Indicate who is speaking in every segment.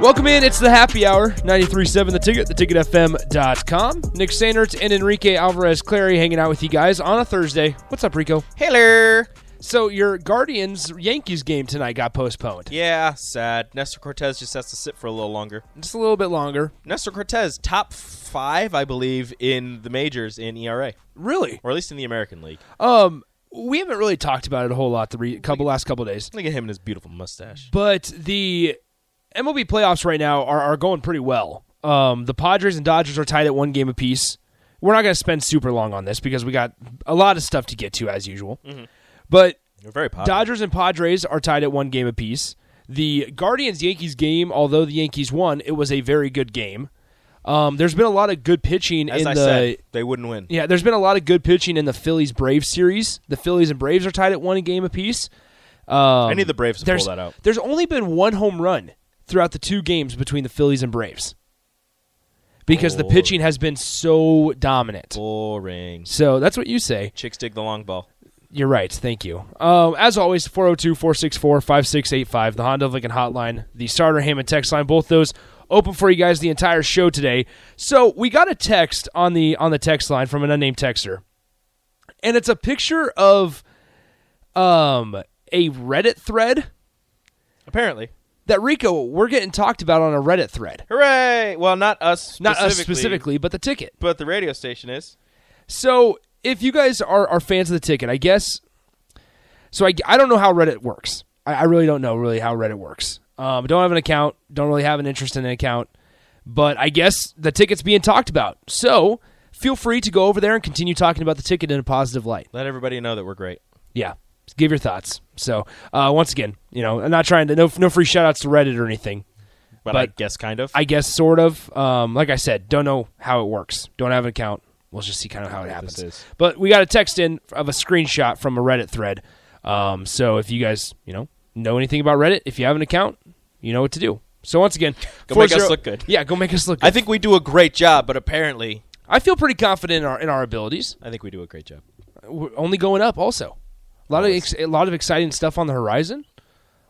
Speaker 1: Welcome in. It's the happy hour. 93.7 The Ticket, theticketfm.com. Nick Sainert and Enrique Alvarez Clary hanging out with you guys on a Thursday. What's up, Rico?
Speaker 2: Taylor.
Speaker 1: So, your Guardians Yankees game tonight got postponed.
Speaker 2: Yeah, sad. Nestor Cortez just has to sit for a little longer.
Speaker 1: Just a little bit longer.
Speaker 2: Nestor Cortez, top five, I believe, in the majors in ERA,
Speaker 1: Really?
Speaker 2: or at least in the American League.
Speaker 1: Um, we haven't really talked about it a whole lot the re- couple last couple days.
Speaker 2: Look at him and his beautiful mustache.
Speaker 1: But the MLB playoffs right now are, are going pretty well. Um, the Padres and Dodgers are tied at one game apiece. We're not going to spend super long on this because we got a lot of stuff to get to as usual.
Speaker 2: Mm-hmm.
Speaker 1: But
Speaker 2: You're very popular.
Speaker 1: Dodgers and Padres are tied at one game apiece. The Guardians Yankees game, although the Yankees won, it was a very good game. Um, there's been a lot of good pitching
Speaker 2: As
Speaker 1: in
Speaker 2: I
Speaker 1: the
Speaker 2: said, they wouldn't win.
Speaker 1: yeah, there's been a lot of good pitching in the Phillies Braves series. The Phillies and Braves are tied at one game apiece. Um,
Speaker 2: I need the Braves to
Speaker 1: there's,
Speaker 2: pull that out.
Speaker 1: There's only been one home run throughout the two games between the Phillies and Braves because the
Speaker 2: Boy.
Speaker 1: pitching has been so dominant.
Speaker 2: Oh. Boring.
Speaker 1: So that's what you say.
Speaker 2: Chicks dig the long ball.
Speaker 1: You're right. Thank you. Um, as always, 402 464 5685, the Honda of Lincoln Hotline, the Starter Hammond text line, both those open for you guys the entire show today. So we got a text on the on the text line from an unnamed texter, and it's a picture of um, a Reddit thread
Speaker 2: Apparently.
Speaker 1: that Rico we're getting talked about on a Reddit thread.
Speaker 2: Hooray! Well, not us
Speaker 1: Not us specifically, but the ticket.
Speaker 2: but the radio station is.
Speaker 1: So if you guys are, are fans of the ticket, I guess. So I, I don't know how Reddit works. I, I really don't know really how Reddit works. Um, don't have an account. Don't really have an interest in an account. But I guess the ticket's being talked about. So feel free to go over there and continue talking about the ticket in a positive light.
Speaker 2: Let everybody know that we're great.
Speaker 1: yeah give your thoughts so uh, once again you know i'm not trying to no, no free shout outs to reddit or anything
Speaker 2: But, I
Speaker 1: But-
Speaker 2: guess kind of.
Speaker 1: i guess sort of um, like i said don't know how it works don't have an account we'll just see kind of how it happens
Speaker 2: is.
Speaker 1: but we got a text in of a screenshot from a reddit thread um, so if you guys you know know anything about reddit if you have an account you know what to do so once again
Speaker 2: Go make us
Speaker 1: 40
Speaker 2: look good.
Speaker 1: yeah go make us look good
Speaker 2: I think we do a great job, but apparently,
Speaker 1: i feel pretty confident in our in our abilities
Speaker 2: I think we do a great job.
Speaker 1: we're only going up also a lot of ex- a lot of exciting stuff on the horizon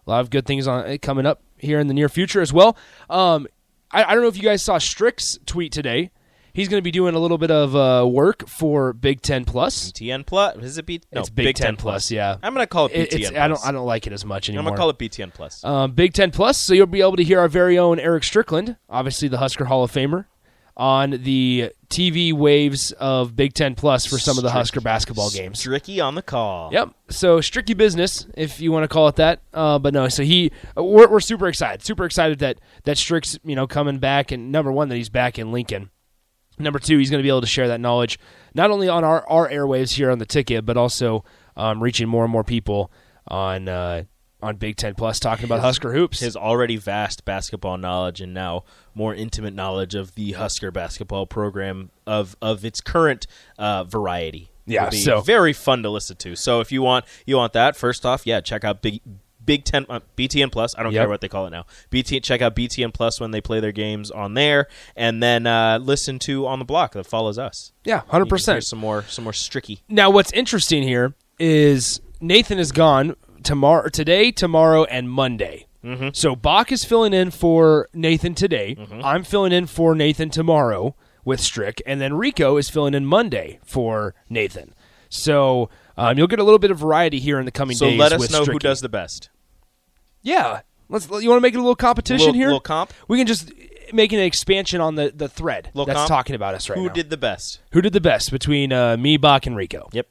Speaker 1: a lot of good things on eh, coming up here in the near future as well um i, I don't know if you guys saw strick's tweet today he's going to be doing a little bit of uh, work for big 10 plus
Speaker 2: TN plus is it B? No,
Speaker 1: it's big, 10 plus yeah
Speaker 2: I'm gonna call it
Speaker 1: It-
Speaker 2: BTN.
Speaker 1: it's, i don't i don't like it as much
Speaker 2: I'm
Speaker 1: anymore
Speaker 2: gonna call it BTN plus.
Speaker 1: um, Big Ten Plus. So you'll be able to hear our very own Eric Strickland, obviously the Husker Hall of Famer, on the TV waves of Big Ten Plus for some of the Husker basketball games.
Speaker 2: Stricky on the call.
Speaker 1: Yep. So stricky business, if you want to call it that. Uh, but no. So he, uh, we're, we're super excited, super excited that that Strick's you know coming back, and number one that he's back in Lincoln. Number two, he's going to be able to share that knowledge not only on our our airwaves here on the ticket, but also um, reaching more and more people on uh, on Big Ten Plus, talking about Husker hoops.
Speaker 2: His already vast basketball knowledge and now more intimate knowledge of the Husker basketball program of of its current uh, variety.
Speaker 1: Yeah,
Speaker 2: Will be
Speaker 1: so-
Speaker 2: very fun to listen to. So if you want you want that, first off, yeah, check out Big Big Ten uh, BTN Plus. I don't
Speaker 1: Yep.
Speaker 2: care what they call it now. BTN. Check out BTN Plus when they play their games on there, and then uh, listen to On the Block that follows us.
Speaker 1: yeah, hundred
Speaker 2: You can hear
Speaker 1: percent.
Speaker 2: Some more some more Stricky.
Speaker 1: Now, what's interesting here is Nathan is gone tomorrow, today, tomorrow, and Monday. Mm-hmm. So Bach is filling in for Nathan today.
Speaker 2: Mm-hmm.
Speaker 1: I'm filling in for Nathan tomorrow with Strick, and then Rico is filling in Monday for Nathan. So um, you'll get a little bit of variety here in the coming
Speaker 2: So
Speaker 1: days.
Speaker 2: let us
Speaker 1: with
Speaker 2: know who
Speaker 1: Stricky.
Speaker 2: does the best.
Speaker 1: Yeah, let's. You want to make it a little competition
Speaker 2: Little-
Speaker 1: here?
Speaker 2: little comp?
Speaker 1: We can just make an expansion on the the thread
Speaker 2: Little
Speaker 1: that's
Speaker 2: comp?
Speaker 1: talking about us right
Speaker 2: who
Speaker 1: now.
Speaker 2: did the best?
Speaker 1: who did the best between uh, me, Bach, and Rico?
Speaker 2: Yep.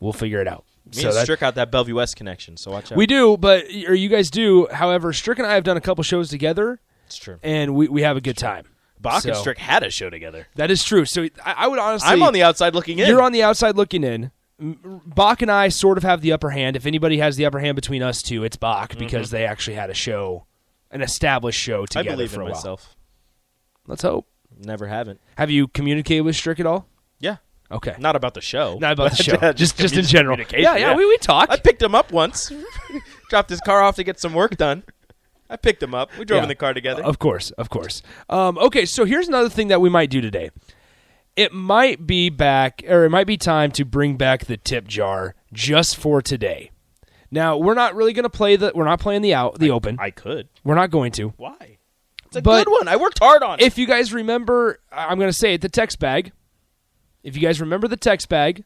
Speaker 1: We'll figure it out.
Speaker 2: Me
Speaker 1: So
Speaker 2: and
Speaker 1: that-
Speaker 2: Strick out that Bellevue West connection, so watch out.
Speaker 1: We do, but or you guys do. However, Strick and I have done a couple shows together,
Speaker 2: It's true.
Speaker 1: and we, we have a good time.
Speaker 2: Bach and
Speaker 1: So-
Speaker 2: Strick had a show together.
Speaker 1: That is true. So I, I would honestly,
Speaker 2: I'm on the outside looking in.
Speaker 1: You're on the outside looking in. M- Bach and I sort of have the upper hand. If anybody has the upper hand between us two, it's Bach because they actually had a show, an established show
Speaker 2: Mm-hmm. I
Speaker 1: together
Speaker 2: believe
Speaker 1: for
Speaker 2: in
Speaker 1: a while.
Speaker 2: myself.
Speaker 1: Let's hope.
Speaker 2: Never haven't.
Speaker 1: Have you communicated with Strick at all?
Speaker 2: Yeah.
Speaker 1: Okay,
Speaker 2: Not about the show.
Speaker 1: not about the show,
Speaker 2: Yeah,
Speaker 1: just just in
Speaker 2: commu-
Speaker 1: general. Yeah,
Speaker 2: communication,
Speaker 1: yeah, We, we talk.
Speaker 2: I picked him up once. Dropped his car off to get some work done. I picked him up. We drove
Speaker 1: Yeah.
Speaker 2: in the car together.
Speaker 1: Of course, of course. Um, okay, so here's another thing that we might do today. It might be back, or it might be time to bring back the tip jar just for today. Now we're not really going to play the. We're not playing the out the open.
Speaker 2: I could.
Speaker 1: we're not going to.
Speaker 2: Why? It's a
Speaker 1: But-
Speaker 2: good one. I worked hard on it.
Speaker 1: If you guys remember, I- I'm going to say it. The text bag. If you guys remember the text bag,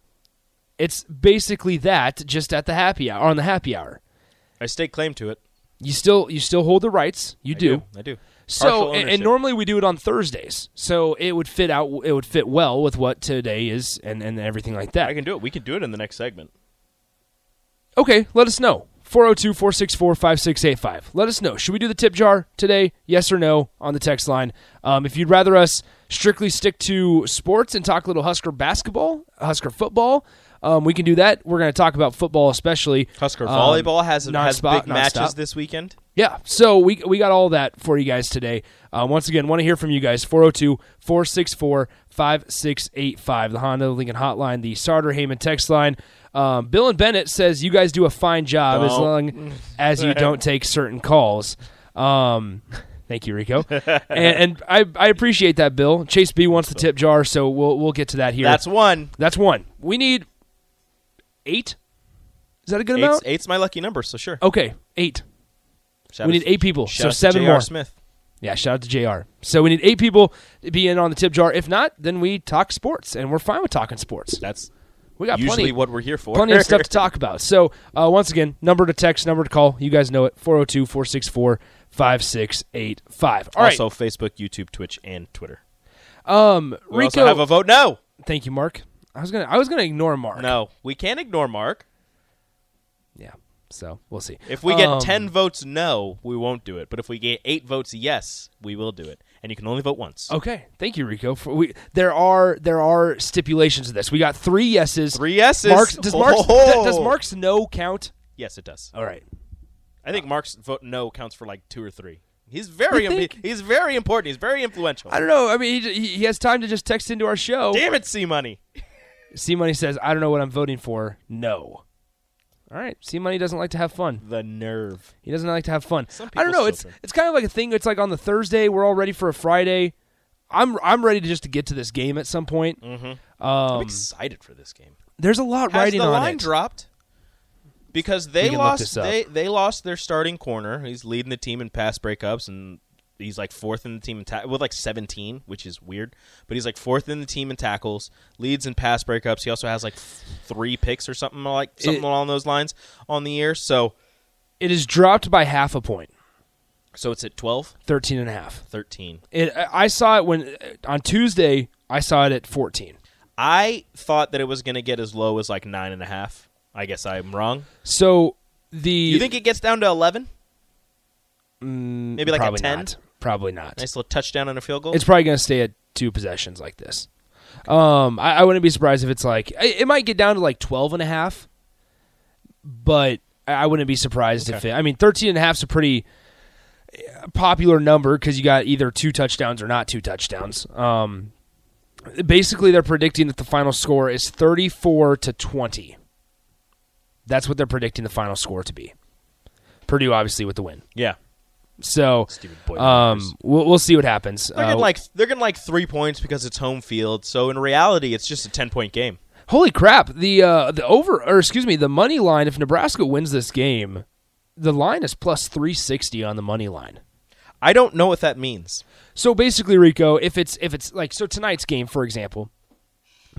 Speaker 1: it's basically that just at the happy hour on the happy hour.
Speaker 2: I stake claim to it.
Speaker 1: You still you still hold the rights. You
Speaker 2: I
Speaker 1: do.
Speaker 2: I do. Partial
Speaker 1: So and,
Speaker 2: ownership.
Speaker 1: and normally we do it on Thursdays. So it would fit out. It would fit well with what today is and and everything like that.
Speaker 2: I can do it. We can do it in the next segment.
Speaker 1: okay, let us know. 402-464-5685. Let us know. Should we do the tip jar today? Yes or no on the text line. Um, if you'd rather us strictly stick to sports and talk a little Husker basketball, Husker football, um, we can do that. We're going to talk about football especially.
Speaker 2: Husker
Speaker 1: Um,
Speaker 2: volleyball has has
Speaker 1: nonstop-
Speaker 2: big matches
Speaker 1: nonstop.
Speaker 2: this weekend.
Speaker 1: Yeah, so we, we got all that for you guys today. Uh, once again, want to hear from you guys 402 464 5685, the Honda Lincoln Hotline, the Sarter Heyman text line. Um, Bill and Bennett says you guys do a fine job as
Speaker 2: Don't.
Speaker 1: long as you don't take certain calls. Um, thank you, Rico. and and I, I appreciate that, Bill. Chase B wants the tip jar, so we'll, we'll get to that here.
Speaker 2: That's one.
Speaker 1: That's one. We need eight. Is that a good
Speaker 2: Eight's,
Speaker 1: amount?
Speaker 2: eight's my lucky number, so sure.
Speaker 1: Okay, eight.
Speaker 2: Shout
Speaker 1: Oh, we
Speaker 2: out-
Speaker 1: need eight people,
Speaker 2: shout
Speaker 1: so
Speaker 2: out to
Speaker 1: seven
Speaker 2: J.R.
Speaker 1: more.
Speaker 2: Smith.
Speaker 1: Yeah, shout out to JR. So we need eight people to be in on the tip jar. If not, then we talk sports, and we're fine with talking sports.
Speaker 2: That's
Speaker 1: We got
Speaker 2: usually
Speaker 1: plenty,
Speaker 2: what we're here for.
Speaker 1: plenty of stuff to talk about. So uh, once again, number to text, number to call. You guys know it, 402-464-5685. All right,
Speaker 2: also, Facebook, YouTube, Twitch, and Twitter.
Speaker 1: um,
Speaker 2: We
Speaker 1: Rico.
Speaker 2: also have a vote. No,
Speaker 1: thank you, Mark. I was gonna, I was gonna ignore Mark.
Speaker 2: no, we can't ignore Mark.
Speaker 1: Yeah, so we'll see.
Speaker 2: If we get
Speaker 1: Um,
Speaker 2: ten votes, no, we won't do it. But if we get eight votes, yes, we will do it. And you can only vote once.
Speaker 1: okay, thank you, Rico. For, we, there are there are stipulations to this. We got three yeses.
Speaker 2: Three yeses.
Speaker 1: Mark's, does Mark's
Speaker 2: Oh.
Speaker 1: does Mark's no count?
Speaker 2: Yes, it does.
Speaker 1: All right.
Speaker 2: I think Mark's vote no counts for like two or three. He's very
Speaker 1: Uh, You
Speaker 2: im-
Speaker 1: think?
Speaker 2: he's very important. He's very influential.
Speaker 1: I don't know. I mean, he, he he has time to just text into our show.
Speaker 2: Damn it, C Money.
Speaker 1: C Money says, "I don't know what I'm voting for." No. All right. C Money doesn't like to have fun.
Speaker 2: The nerve.
Speaker 1: He doesn't like to have fun.
Speaker 2: Some
Speaker 1: I don't
Speaker 2: people
Speaker 1: know. It's
Speaker 2: still do.
Speaker 1: it's kind of like a thing. It's like on the Thursday, we're all ready for a Friday. I'm I'm ready to just to get to this game at some point.
Speaker 2: I'm excited for this game.
Speaker 1: There's a lot
Speaker 2: Mm. Has
Speaker 1: riding
Speaker 2: the
Speaker 1: Um, on
Speaker 2: line
Speaker 1: it.
Speaker 2: dropped? Because they
Speaker 1: can look
Speaker 2: lost
Speaker 1: this up.
Speaker 2: they they lost their starting corner. He's leading the team in pass breakups and he's like fourth in the team in ta- with like 17, which is weird, but he's like fourth in the team in tackles, leads in pass breakups. He also has like f- 3 picks or something like something
Speaker 1: It-
Speaker 2: along those lines on the year. So
Speaker 1: It is dropped by half a point,
Speaker 2: so it's at 12,
Speaker 1: 13 and a half.
Speaker 2: 13.
Speaker 1: It I I saw it when uh, on Tuesday, I saw it at 14.
Speaker 2: I thought that it was going to get as low as like nine and a half. I guess I'm wrong.
Speaker 1: So the
Speaker 2: You think it gets down to 11? Maybe like
Speaker 1: probably
Speaker 2: a 10?
Speaker 1: not. Probably not.
Speaker 2: Nice little touchdown and a field goal?
Speaker 1: it's probably going to stay at two possessions like this. Um, I, I wouldn't be surprised if it's like I- it might get down to like 12 and a half, but I- I wouldn't be surprised if it. I mean, 13 and a half is a pretty uh, popular number because you got either two touchdowns or not two touchdowns. Um, basically, they're predicting that the final score is 34 to 20. That's what they're predicting the final score to be. Purdue obviously with the win,
Speaker 2: yeah.
Speaker 1: so
Speaker 2: Stupid boy
Speaker 1: um, we'll, we'll see what happens.
Speaker 2: They're getting
Speaker 1: Uh,
Speaker 2: like they're getting like three points because it's home field. So in reality, it's just a ten point game.
Speaker 1: Holy crap! The uh, the over or excuse me, the money line. If Nebraska wins this game, the line is plus three sixty on the money line.
Speaker 2: I don't know what that means.
Speaker 1: So basically, Rico, if it's if it's like so tonight's game, for example,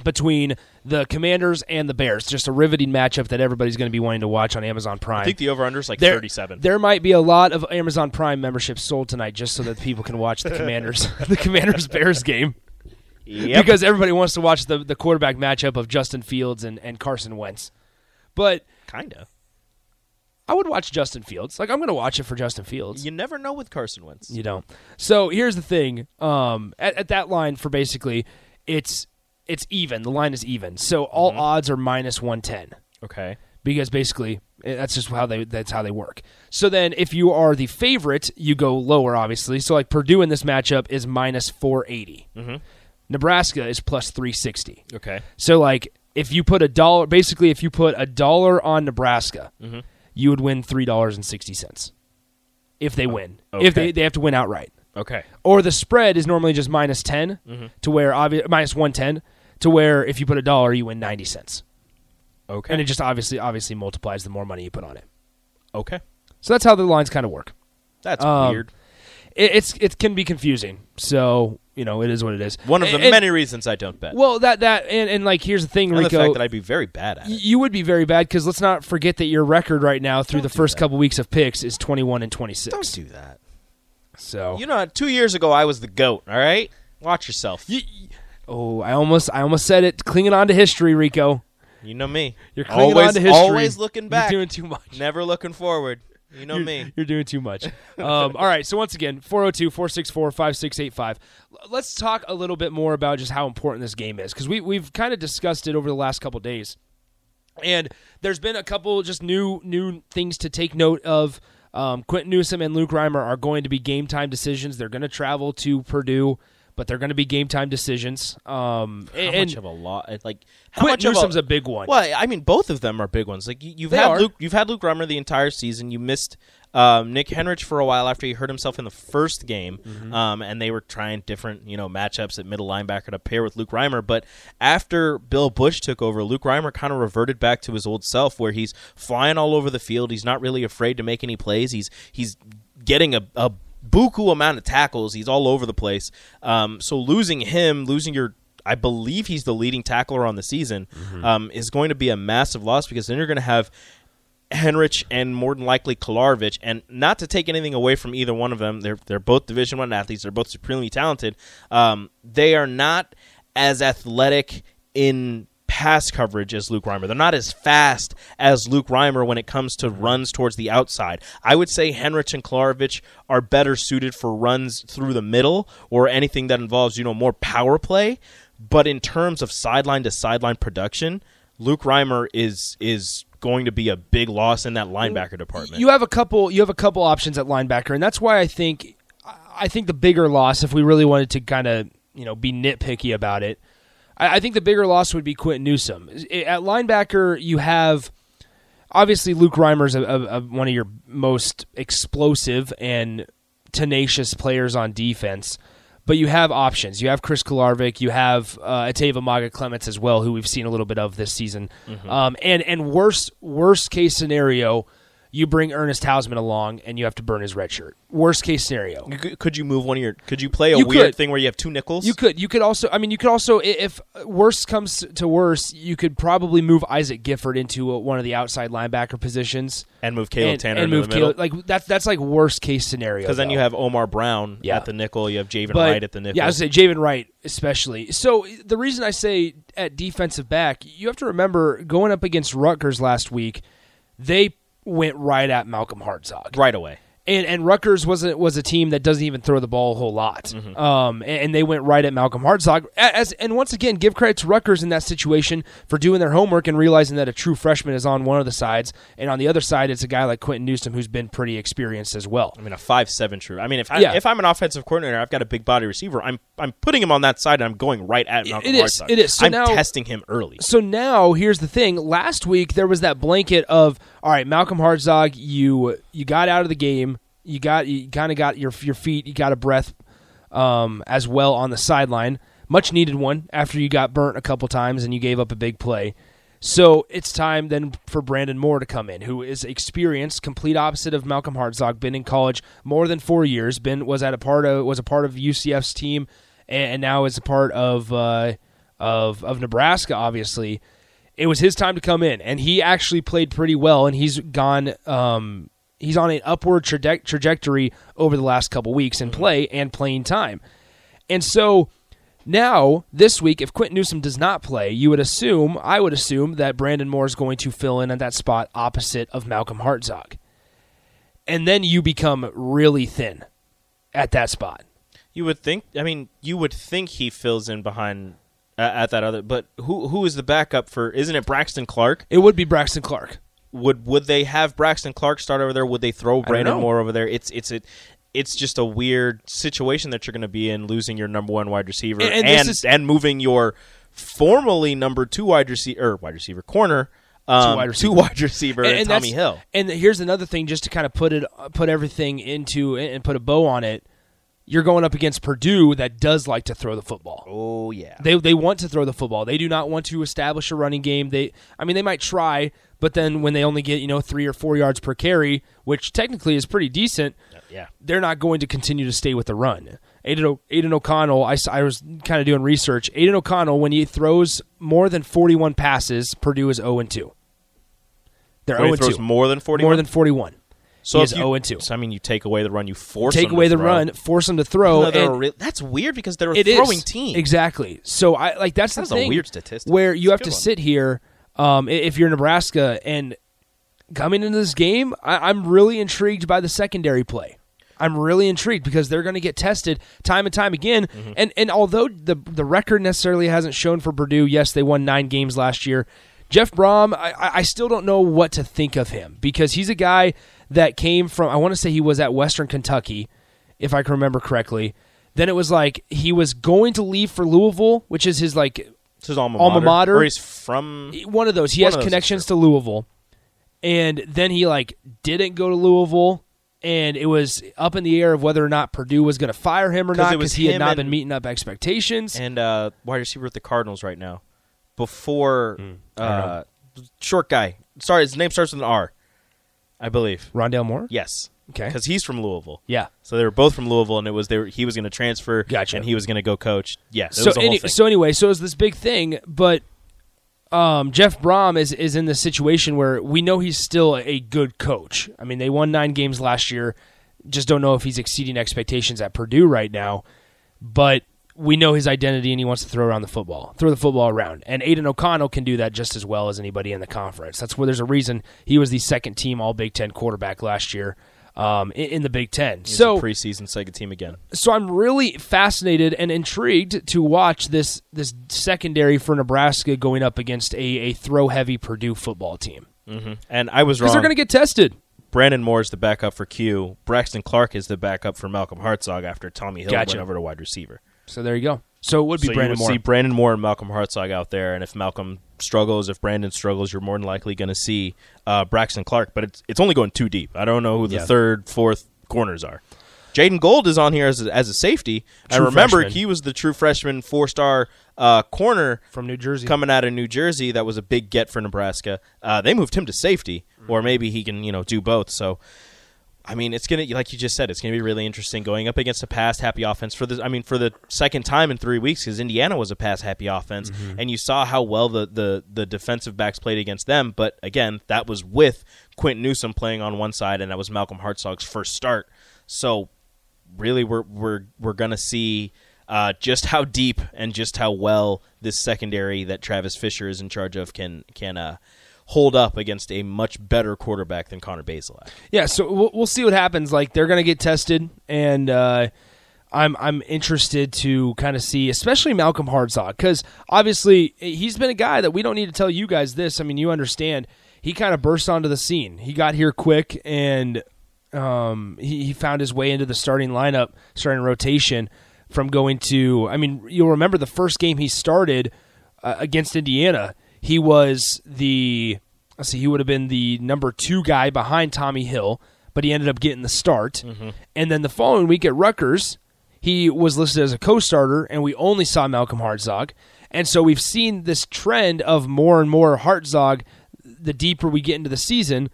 Speaker 1: between the Commanders and the Bears, just a riveting matchup that everybody's going to be wanting to watch on Amazon Prime.
Speaker 2: I think the over under is like
Speaker 1: There-
Speaker 2: thirty seven.
Speaker 1: There might be a lot of Amazon Prime memberships sold tonight just so that people can watch the Commanders the Commanders Bears game.
Speaker 2: Yep.
Speaker 1: Because everybody wants to watch the, the quarterback matchup of Justin Fields and, and Carson Wentz. But
Speaker 2: Kinda.
Speaker 1: I would watch Justin Fields. Like I'm going to watch it for Justin Fields.
Speaker 2: You never know with Carson Wentz.
Speaker 1: You don't. So here's the thing. Um, at, at that line for basically, it's it's even. The line is even. So all odds are minus one ten
Speaker 2: Okay.
Speaker 1: because basically eh, that's just how they that's how they work. So then if you are the favorite, you go lower, obviously. So like Purdue in this matchup is minus four Nebraska is plus three sixty.
Speaker 2: Okay.
Speaker 1: So like if you put a dollar, basically if you put a dollar on Nebraska,
Speaker 2: Mm-hmm.
Speaker 1: you would win three dollars and sixty cents if they win. If
Speaker 2: okay.
Speaker 1: they they have to win outright,
Speaker 2: Okay.
Speaker 1: or the spread is normally just minus 10
Speaker 2: Mm-hmm.
Speaker 1: to where obvi- minus one ten to where if you put a dollar, you win ninety cents,
Speaker 2: Okay.
Speaker 1: and it just obviously obviously multiplies the more money you put on it.
Speaker 2: okay.
Speaker 1: So that's how the lines kind of work.
Speaker 2: That's
Speaker 1: Um,
Speaker 2: weird.
Speaker 1: It, it's it can be confusing. So you know it is what it is.
Speaker 2: One of the
Speaker 1: And-
Speaker 2: many reasons I don't bet.
Speaker 1: Well, that that and, and like here's the thing,
Speaker 2: and
Speaker 1: Rico.
Speaker 2: the fact that I'd be very bad at
Speaker 1: Y-
Speaker 2: it.
Speaker 1: You would be very bad because let's not forget that your record right now through the first couple weeks of picks is 21 and 26.
Speaker 2: Don't do that.
Speaker 1: so.
Speaker 2: You know, two years ago I was the goat. All right, watch yourself. You,
Speaker 1: oh, I almost I almost said it. Clinging on to history, Rico.
Speaker 2: know me.
Speaker 1: You're clinging
Speaker 2: always,
Speaker 1: on to history.
Speaker 2: Always looking back.
Speaker 1: You're doing too much.
Speaker 2: Never looking forward. You know me.
Speaker 1: You're doing too much. Um, all right. So once again, 402 464 5685. Let's talk a little bit more about just how important this game is because we, we've kind of discussed it over the last couple days. And there's been a couple just new new things to take note of. Um, Quentin Newsom and Luke Reimer are going to be game time decisions. They're going to travel to Purdue, but they're going to be game time decisions. Um,
Speaker 2: How
Speaker 1: and,
Speaker 2: much of a lot? Like how
Speaker 1: Quentin
Speaker 2: much of
Speaker 1: Newsom's
Speaker 2: a,
Speaker 1: a big one.
Speaker 2: Well, I mean, both of them are big ones. Like you, you've
Speaker 1: They
Speaker 2: had
Speaker 1: are.
Speaker 2: Luke, you've had Luke Rummer the entire season. You missed um, Nick Henrich for a while after he hurt himself in the first game,
Speaker 1: Mm-hmm.
Speaker 2: um, and they were trying different, you know, matchups at middle linebacker to pair with Luke Reimer. But after Bill Bush took over, Luke Reimer kind of reverted back to his old self, where he's flying all over the field. He's not really afraid to make any plays. He's he's getting a, a buku amount of tackles. He's all over the place. Um, so losing him, losing your I believe he's the leading tackler on the season, um, is going to be a massive loss because then you're going to have Henrich and more than likely Kolarovic. And not to take anything away from either one of them, they're they're both Division One athletes. They're both supremely talented. Um, they are not as athletic in pass coverage as Luke Reimer. They're not as fast as Luke Reimer when it comes to runs towards the outside. I would say Henrich and Kolarovic are better suited for runs through the middle or anything that involves, you know, more power play. But in terms of sideline to sideline production, Luke Reimer is is going to be a big loss in that linebacker department.
Speaker 1: You have a couple. You have a couple options at linebacker, and that's why I think I think the bigger loss, if we really wanted to kind of you know be nitpicky about it, I, I think the bigger loss would be Quentin Newsom at linebacker. You have obviously Luke Reimer's a, a, a, one of your most explosive and tenacious players on defense. But you have options. You have Chris Kolarvik. You have uh, Ateva Maga Clements as well, who we've seen a little bit of this season. Um, and and worst worst case scenario, you bring Ernest Hausman along, and you have to burn his red shirt. Worst case scenario.
Speaker 2: You could, could you move one of your? Could you play a
Speaker 1: You
Speaker 2: weird
Speaker 1: could.
Speaker 2: thing where you have two nickels?
Speaker 1: You could. You could also. I mean, you could also. i- If worse comes to worse, you could probably move Isaac Gifford into a, one of the outside linebacker positions
Speaker 2: and move Caleb
Speaker 1: and,
Speaker 2: Tanner
Speaker 1: and
Speaker 2: into
Speaker 1: move
Speaker 2: the middle.
Speaker 1: Caleb. Like that's that's like worst case scenario.
Speaker 2: because then
Speaker 1: though.
Speaker 2: you have Omar Brown
Speaker 1: Yeah.
Speaker 2: at the nickel, you have Javen
Speaker 1: but,
Speaker 2: Wright at the nickel.
Speaker 1: Yeah, I would say Javen Wright especially. So the reason I say at defensive back, you have to remember going up against Rutgers last week, they went right at Malcolm Hartzog.
Speaker 2: right away.
Speaker 1: and and Rutgers was a, was a team that doesn't even throw the ball a whole lot.
Speaker 2: Mm-hmm.
Speaker 1: Um, and, and they went right at Malcolm Hartzog. A- As and once again, give credit to Rutgers in that situation for doing their homework and realizing that a true freshman is on one of the sides, and on the other side, it's a guy like Quentin Newsom who's been pretty experienced as well.
Speaker 2: I mean, a five-seven true. I mean, if I,
Speaker 1: Yeah.
Speaker 2: if I'm an offensive coordinator, I've got a big body receiver. I'm I'm putting him on that side, and I'm going right at Malcolm
Speaker 1: it is,
Speaker 2: Hartsock.
Speaker 1: it is. So
Speaker 2: I'm
Speaker 1: now-
Speaker 2: testing him early.
Speaker 1: So now here's the thing. Last week there was that blanket of all right, Malcolm Hartzog, you you got out of the game. You got you kind of got your your feet, you got a breath um, as well on the sideline. Much needed one after you got burnt a couple times and you gave up a big play. So it's time then for Brandon Moore to come in, who is experienced, complete opposite of Malcolm Hartzog, been in college more than four years, been was at a part of was a part of UCF's team, and, and now is a part of uh, of of Nebraska. Obviously, it was his time to come in, and he actually played pretty well, and he's gone. Um, he's on an upward traje- trajectory over the last couple weeks in play and playing time, and so Now, this week, if Quentin Newsom does not play, you would assume, I would assume, that Brandon Moore is going to fill in at that spot opposite of Malcolm Hartzog. And then you become really thin at that spot.
Speaker 2: You would think. I mean, you would think he fills in behind uh, at that other. But who who is the backup for? Isn't it Braxton Clark?
Speaker 1: It would be Braxton Clark.
Speaker 2: Would would they have Braxton Clark start over there? Would they throw Brandon
Speaker 1: know.
Speaker 2: Moore over there? It's it's it. It's just a weird situation that you're going to be in, losing your number one wide receiver
Speaker 1: And- and this
Speaker 2: and,
Speaker 1: is-
Speaker 2: and moving your formerly number two wide receiver or wide receiver corner um,
Speaker 1: wide
Speaker 2: to
Speaker 1: receiver.
Speaker 2: wide receiver and,
Speaker 1: and
Speaker 2: Tommy
Speaker 1: that's-
Speaker 2: Hill.
Speaker 1: And here's another thing, just to kind of put it, put everything into and put a bow on it. You're going up against Purdue that does like to throw the football.
Speaker 2: Oh yeah,
Speaker 1: They they want to throw the football. They do not want to establish a running game. They I mean they might try, but then when they only get, you know, 3 or 4 yards per carry, which technically is pretty decent,
Speaker 2: yeah.
Speaker 1: they're not going to continue to stay with the run. Aiden, o- Aiden O'Connell, I, s- I was kind of doing research. Aiden O'Connell when he throws more than 41 passes, Purdue is 0 and 2. They're 0
Speaker 2: When he
Speaker 1: and
Speaker 2: throws
Speaker 1: 2.
Speaker 2: more than forty,
Speaker 1: More than 41.
Speaker 2: so
Speaker 1: he
Speaker 2: if
Speaker 1: is
Speaker 2: you-
Speaker 1: 0 and 2.
Speaker 2: So I mean, you take away the run, you force
Speaker 1: Take
Speaker 2: him to
Speaker 1: away the
Speaker 2: throw.
Speaker 1: run, force them to throw.
Speaker 2: No, they're
Speaker 1: and-
Speaker 2: a real- that's weird because they're a
Speaker 1: It is
Speaker 2: throwing team.
Speaker 1: Exactly. So I like that's
Speaker 2: That's
Speaker 1: the
Speaker 2: a
Speaker 1: thing
Speaker 2: weird statistic.
Speaker 1: where you have
Speaker 2: It's a
Speaker 1: to
Speaker 2: good one.
Speaker 1: sit here um, i- if you're Nebraska and coming into this game. I, I'm really intrigued by the secondary play. I'm really intrigued because they're going to get tested time and time again. And and although the the record necessarily hasn't shown for Purdue, yes, they won nine games last year. Jeff Brom, I, I I still don't know what to think of him because he's a guy that came from. I want to say he was at Western Kentucky, if I can remember correctly. Then it was like he was going to leave for Louisville, which is his like
Speaker 2: It's his alma,
Speaker 1: Alma mater.
Speaker 2: or he's from.
Speaker 1: one of those. He
Speaker 2: One
Speaker 1: has
Speaker 2: of those is
Speaker 1: connections to Louisville, and then he like didn't go to Louisville, and it was up in the air of whether or not Purdue was going to fire him or
Speaker 2: 'Cause
Speaker 1: not
Speaker 2: it was
Speaker 1: because he had
Speaker 2: him
Speaker 1: not
Speaker 2: and-
Speaker 1: been meeting up expectations.
Speaker 2: and uh, wide receiver with the Cardinals right now. Before
Speaker 1: Hmm,
Speaker 2: uh, short guy, sorry, his name starts with an R, I believe.
Speaker 1: Rondell Moore,
Speaker 2: Yes,
Speaker 1: Okay.
Speaker 2: because he's from Louisville.
Speaker 1: yeah.
Speaker 2: So they were both from Louisville, and it was they were, he was going to transfer,
Speaker 1: Gotcha.
Speaker 2: and he was going to go coach. Yeah, it
Speaker 1: So
Speaker 2: was a whole
Speaker 1: any-
Speaker 2: thing.
Speaker 1: so anyway, so it was this big thing, but um, Jeff Brom is is in this situation where we know he's still a good coach. I mean, they won nine games last year. Just don't know if he's exceeding expectations at Purdue right now, but we know his identity and he wants to throw around the football, throw the football around. And Aiden O'Connell can do that just as well as anybody in the conference. That's where there's a reason he was the second team All Big Ten quarterback last year um, in, in the Big Ten.
Speaker 2: He's
Speaker 1: so
Speaker 2: a preseason Sega team again.
Speaker 1: so I'm really fascinated and intrigued to watch this this secondary for Nebraska going up against a, a throw heavy Purdue football team
Speaker 2: And I was wrong.
Speaker 1: because they're going to get tested.
Speaker 2: Brandon Moore is the backup for Q. Braxton Clark is the backup for Malcolm Hartzog after Tommy Hill
Speaker 1: Gotcha.
Speaker 2: went over to wide receiver.
Speaker 1: So there you go. So it would be
Speaker 2: so
Speaker 1: Brandon
Speaker 2: you would
Speaker 1: Moore.
Speaker 2: see Brandon Moore and Malcolm Hartzog out there, and if Malcolm struggles, if Brandon struggles, you're more than likely going to see uh, Braxton Clark. But it's it's only going too deep. I don't know who the
Speaker 1: Yeah.
Speaker 2: third, fourth corners are. Jaden Gold is on here as a, as a safety. I
Speaker 1: True
Speaker 2: remember
Speaker 1: freshman.
Speaker 2: he was the true freshman four star uh, corner
Speaker 1: From New Jersey.
Speaker 2: coming out of New Jersey. That was a big get for Nebraska. Uh, they moved him to safety, or maybe he can you know do both. So I mean, it's gonna like you just said, it's gonna be really interesting going up against a pass happy offense for the. I mean, for the second time in three weeks, because Indiana was a pass happy offense, and you saw how well the, the the defensive backs played against them. But again, that was with Quint Newsom playing on one side, and that was Malcolm Hartsog's first start. So, really, we're we're we're gonna see uh, just how deep and just how well this secondary that Travis Fisher is in charge of can can uh, hold up against a much better quarterback than Connor Bazelak.
Speaker 1: yeah. So we'll, we'll see what happens. Like they're going to get tested, and uh, I'm I'm interested to kind of see, especially Malcolm Hardzog, because obviously eh, he's been a guy that we don't need to tell you guys this. I mean, you understand. He kind of burst onto the scene. He got here quick, and um, he, he found his way into the starting lineup, starting rotation from going to. I mean, you'll remember the first game he started uh, against Indiana. He was the let's see, he would have been the number two guy behind Tommy Hill, but he ended up getting the start.
Speaker 2: Mm-hmm.
Speaker 1: And then the following week at Rutgers, he was listed as a co-starter, and we only saw Malcolm Hartzog. And so we've seen this trend of more and more Hartzog the deeper we get into the season.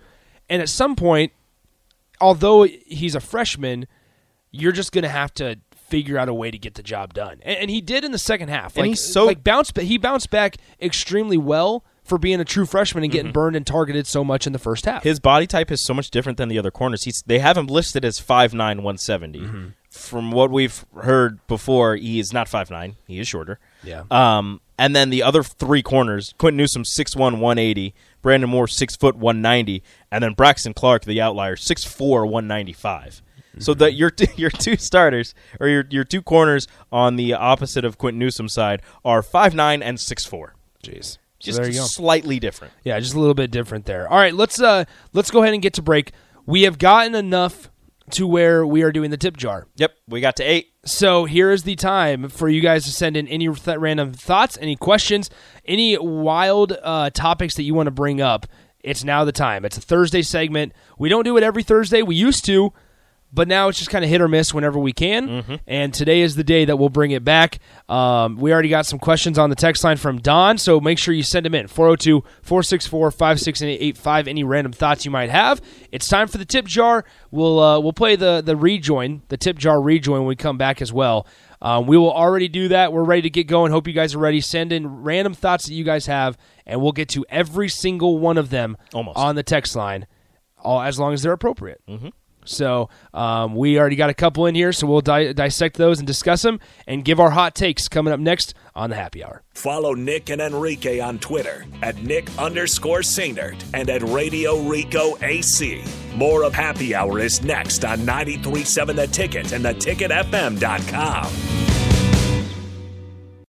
Speaker 1: And at some point, although he's a freshman, you're just going to have to figure out a way to get the job done. And, and he did in the second half. Like,
Speaker 2: he's so-
Speaker 1: like bounced, he bounced back extremely well for being a true freshman and getting burned and targeted so much in the first half. Mm-hmm.
Speaker 2: his body type is so much different than the other corners. He's they have him listed as 5'9", 170. from what we've heard before, he is not five nine. He is shorter.
Speaker 1: Yeah.
Speaker 2: Um, and then the other three corners: Quentin Newsom six one one eighty, Brandon Moore six foot one ninety, and then Braxton Clark, the outlier, six four one ninety five.
Speaker 1: Mm-hmm.
Speaker 2: So that your t- your two starters or your your two corners on the opposite of Quentin Newsom's side are five nine and six four,
Speaker 1: Jeez.
Speaker 2: just
Speaker 1: there you go.
Speaker 2: slightly different.
Speaker 1: Yeah, just a little bit different there. All right, let's uh let's go ahead and get to break. We have gotten enough to where we are doing the tip jar.
Speaker 2: Yep, we got to eight.
Speaker 1: So here is the time for you guys to send in any th- random thoughts, any questions, any wild uh, topics that you want to bring up. It's now the time. It's a Thursday segment. We don't do it every Thursday. We used to, but now it's just kind of hit or miss whenever we can. And today is the day that we'll bring it back. Um, we already got some questions on the text line from Don, so make sure you send them in 402 464 5685. Any random thoughts you might have. It's time for the tip jar. We'll uh, we'll play the, the rejoin, the tip jar rejoin when we come back as well. Um, we will already do that. We're ready to get going. Hope you guys are ready. Send in random thoughts that you guys have, and we'll get to every single one of them
Speaker 2: Almost.
Speaker 1: on the text line, all as long as they're appropriate. So um, we already got a couple in here, so we'll di- dissect those and discuss them and give our hot takes coming up next on the happy hour.
Speaker 3: Follow Nick and Enrique on Twitter at Nick underscore Sainert and at Radio Rico AC. More of Happy Hour is next on 937 The Ticket and theticketfm.com.